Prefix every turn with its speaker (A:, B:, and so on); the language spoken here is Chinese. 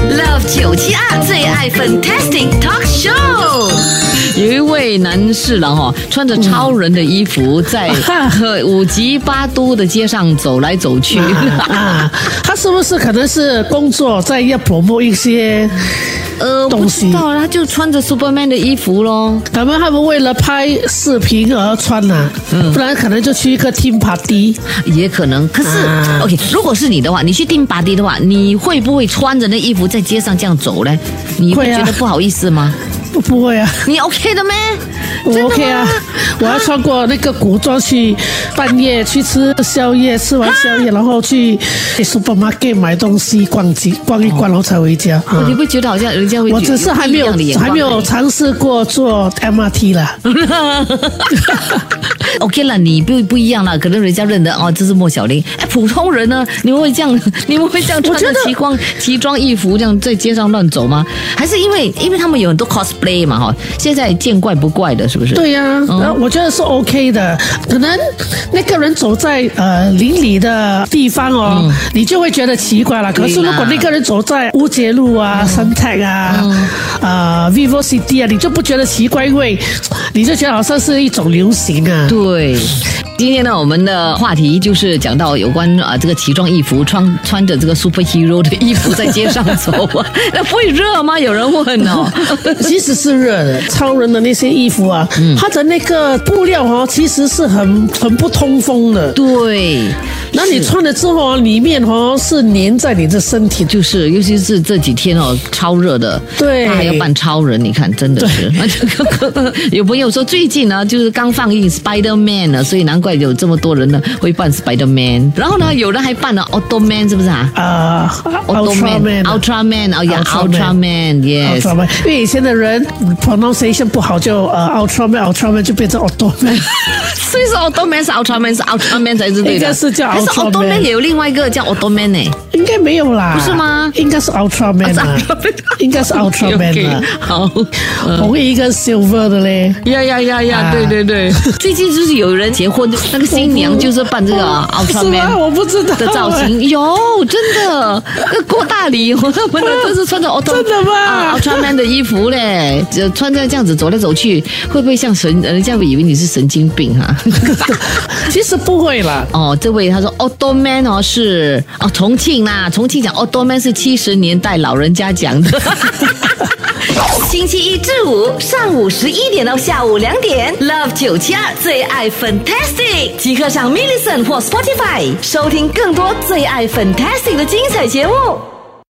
A: Love 九七二最爱 Fantastic Talk Show。
B: 有一位男士了哈、穿着超人的衣服，
C: 嗯
B: 在和五级八都的街上走来走去。
C: 啊， 他是不是可能是工作在要 promote 一些
B: 呃，
C: 东
B: 不
C: 西
B: 知道，他就穿着 Superman 的衣服咯。
C: 可能他们为了拍视频而穿呐、
B: 嗯
C: 不然可能就去一个 team party。
B: 也可能，可是、
C: 啊
B: OK，如果是你的话，你去订巴迪的话，你会不会穿着那衣服在街上这样走呢？你会
C: 会啊
B: 觉得不好意思吗？
C: 不不会啊，
B: 你 OK 的咩？
C: 我
B: 真的吗
C: OK 啊，我要穿过那个古装去半夜去吃宵夜，吃完宵
B: 啊
C: 夜然后去 supermarket 买东西逛街逛一
B: 哦
C: 逛，然后才回家。啊
B: 你会觉得好像人家会
C: 我
B: 觉
C: 只是还没有
B: 异样的眼光
C: 还没有尝试过做 MRT 啦。
B: OK 了，你不不一样了，可能人家认得哦，这是莫小玲。哎，普通人呢，你们会这样， 你们会这样穿着
C: 我觉得
B: 奇装奇装异服这样在街上乱走吗？还是因为因为他们有很多 cosplay 嘛哈，现在见怪不怪的，是不是？
C: 对呀、
B: 嗯
C: 然后我觉得是 OK 的。可能那个人走在呃邻里的地方哦，你就会觉得奇怪了。可是
B: 嗯对啦
C: 如果那个人走在乌节路啊、三、泰啊、
B: 嗯
C: 啊、Vivo City 啊，你就不觉得奇怪，因为你就觉得好像是一种流行啊。
B: 对，今天呢，我们的话题就是讲到有关啊、这个奇装异服，穿穿着这个 superhero 的衣服在街上走，啊 那不会热吗？有人问哦。
C: 其实是热的，超人的那些衣服啊，
B: 嗯
C: 它的那个布料哦，其实是很很不通风的。
B: 对，
C: 那你穿了之后啊，里面哦是粘在你的身体
B: 就是，尤其是这几天哦，超热的，
C: 对
B: 他还要扮超人，你看真的是。 有朋友说最近呢，就是刚放映 Spider Man 了，所以难怪有这么多人呢会扮 Spider Man。然后呢，有人还扮了 Auto Man，是不是啊？
C: 啊，Ultraman 啊
B: Ultraman，哦呀
C: Ultraman
B: ，Ultraman，yes。
C: Ultraman，因为以前的人 pronunciation 不好就呃 Ultraman Ultraman 就变成 Ultraman，
B: 所以说 Ultraman 是 Ultraman 是 Ultraman 才是对的，
C: 应该是叫
B: 还是
C: Ultraman
B: Ultraman 也有另外一个叫 Ultraman 呢、
C: 应该没有啦，
B: 不是吗
C: 应该是 Ultraman
B: 啊
C: 啊
B: 是 Ultraman，
C: 应该是 Ultraman 啊
B: OK，，好，
C: 红衣跟 silver 的嘞，
B: 呀呀呀呀，对对对，啊 最近就是有人结婚，那个新娘 就是扮这个
C: 是吗？
B: Ultraman
C: 我不知道
B: 的造
C: 哎。
B: 型，有真的，那郭大礼， 我他们都是穿着 Ultraman
C: 真的吗
B: 啊，Ultraman 的衣服嘞，就穿着这样子走来走去，会不会像神？人家会以为你是神经病啊？
C: 其实不会啦，
B: 哦，这位他说 o t o man 哦是哦重庆啦，重庆讲 o t o man 是七十年代老人家讲的。
A: 星期一至五上午十一点到下午两点，Love 九七二最爱 Fantastic，即刻上 m i l l i c e n t 或 Spotify 收听更多最爱 Fantastic 的精彩节目。